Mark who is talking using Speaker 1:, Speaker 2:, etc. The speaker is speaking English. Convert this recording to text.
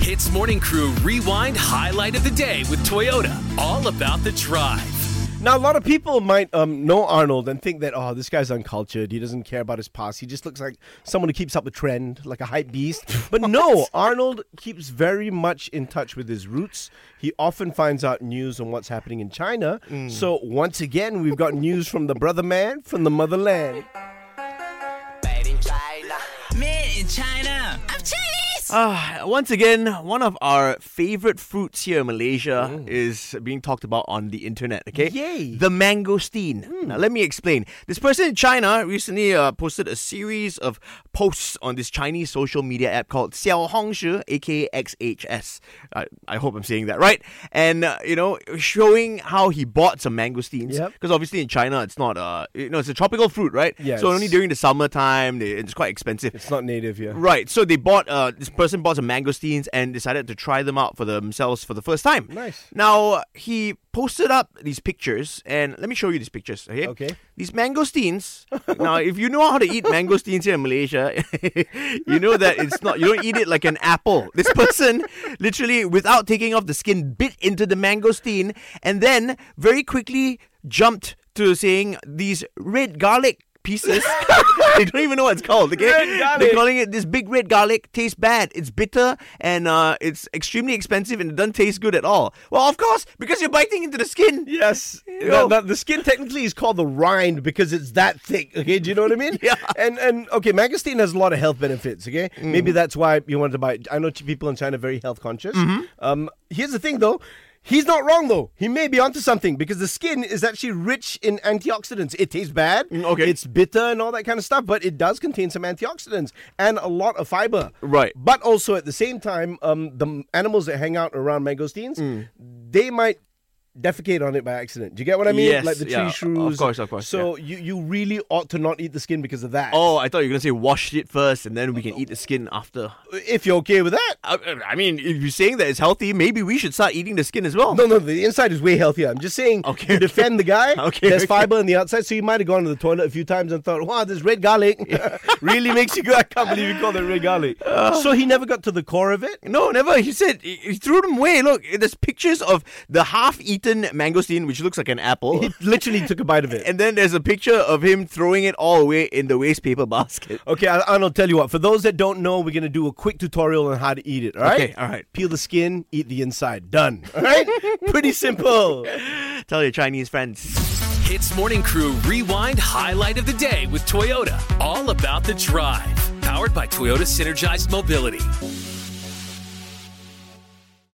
Speaker 1: Hits Morning Crew Rewind Highlight of the Day with Toyota. All about the drive.
Speaker 2: Now, a lot of people might um, know Arnold and think that, oh, this guy's uncultured. He doesn't care about his past. He just looks like someone who keeps up the trend, like a hype beast. But no, Arnold keeps very much in touch with his roots. He often finds out news on what's happening in China. So, once again, we've got news from the brother man from the motherland.
Speaker 3: Made in China. I'm Chinese.
Speaker 4: Ah, once again, one of our favorite fruits here in Malaysia is being talked about on the internet, okay?
Speaker 2: Yay. Hmm.
Speaker 4: The mangosteen. Now, let me explain. This person in China recently uh, posted a series of posts on this Chinese social media app called Xiaohongshu, aka XHS. I, I hope I'm saying that right. And, uh, you know, showing how he bought some mangosteens. Because
Speaker 2: Yep.
Speaker 4: obviously in China, it's not, uh, you know, it's a tropical fruit, right?
Speaker 2: Yes.
Speaker 4: So only during the summertime, they, it's quite expensive.
Speaker 2: It's not native here.
Speaker 4: Right. So they bought uh this person bought some mangosteens and decided to try them out for themselves for the first time.
Speaker 2: Nice.
Speaker 4: Now he posted up these pictures and let me show you these pictures. Okay.
Speaker 2: Okay.
Speaker 4: These mangosteens. now, if you know how to eat mangosteens here in Malaysia, you know that it's not. You don't eat it like an apple. This person literally, without taking off the skin, bit into the mangosteen and then very quickly jumped to saying these red garlic. Pieces. they don't even know what it's called. Okay,
Speaker 2: Red garlic.
Speaker 4: they're calling it this big red garlic. Tastes bad. It's bitter and uh, it's extremely expensive and it doesn't taste good at all. Well, of course, because you're biting into the skin.
Speaker 2: Yes,
Speaker 4: Yo.
Speaker 2: the, the- the skin technically is called the rind because it's that thick. Okay, do you know what I mean?
Speaker 4: Yeah. Mm-hmm.
Speaker 2: And and okay, mangosteen has a lot of health benefits. Okay, maybe that's why you wanted to buy. it. I know ch- people in China are very health conscious.
Speaker 4: Mm-hmm.
Speaker 2: Um, here's the thing though. He's not wrong though. He may be onto something because the skin is actually rich in antioxidants. It tastes bad.
Speaker 4: Mm, okay.
Speaker 2: It's bitter and all that kind of stuff, but it does contain some antioxidants and a lot of fiber.
Speaker 4: Right.
Speaker 2: But also at the same time, um, the m- animals that hang out around mangosteens,
Speaker 4: Mm.
Speaker 2: they might defecate on it by accident. Do you get what I mean?
Speaker 4: Yes,
Speaker 2: like the tree
Speaker 4: yeah, of
Speaker 2: shrews.
Speaker 4: course, of course,
Speaker 2: So you, you really ought to not eat the skin because of that.
Speaker 4: Oh, I thought you were gonna say wash it first, and then we can eat the skin after.
Speaker 2: If you're okay with that.
Speaker 4: I, I mean, if you're saying that it's healthy, maybe we should start eating the skin as well.
Speaker 2: No, no, the inside is way healthier. I'm just saying,
Speaker 4: Okay,
Speaker 2: you defend the guy.
Speaker 4: Okay,
Speaker 2: There's
Speaker 4: okay.
Speaker 2: fiber in the outside, so you might have gone to the toilet a few times and thought, wow, this red garlic really makes you go. I can't believe you call that red garlic.
Speaker 4: Oh.
Speaker 2: so he never got to the core of it?
Speaker 4: No, never. He said he, he threw them away. Look, there's pictures of the half-eaten mangosteen, which looks like an apple,
Speaker 2: He literally took a bite of it.
Speaker 4: and then there's a picture of him throwing it all away in the waste paper basket.
Speaker 2: Okay, I- I'll tell you what. For those that don't know, we're going to do a quick tutorial on how to eat it, all right?
Speaker 4: Okay, all right.
Speaker 2: Peel the skin, eat the inside. Done. All right? Pretty simple.
Speaker 4: Tell your Chinese friends.
Speaker 1: Hits Morning Crew Rewind Highlight of the Day with Toyota. All about the drive. Powered by Toyota Synergized Mobility.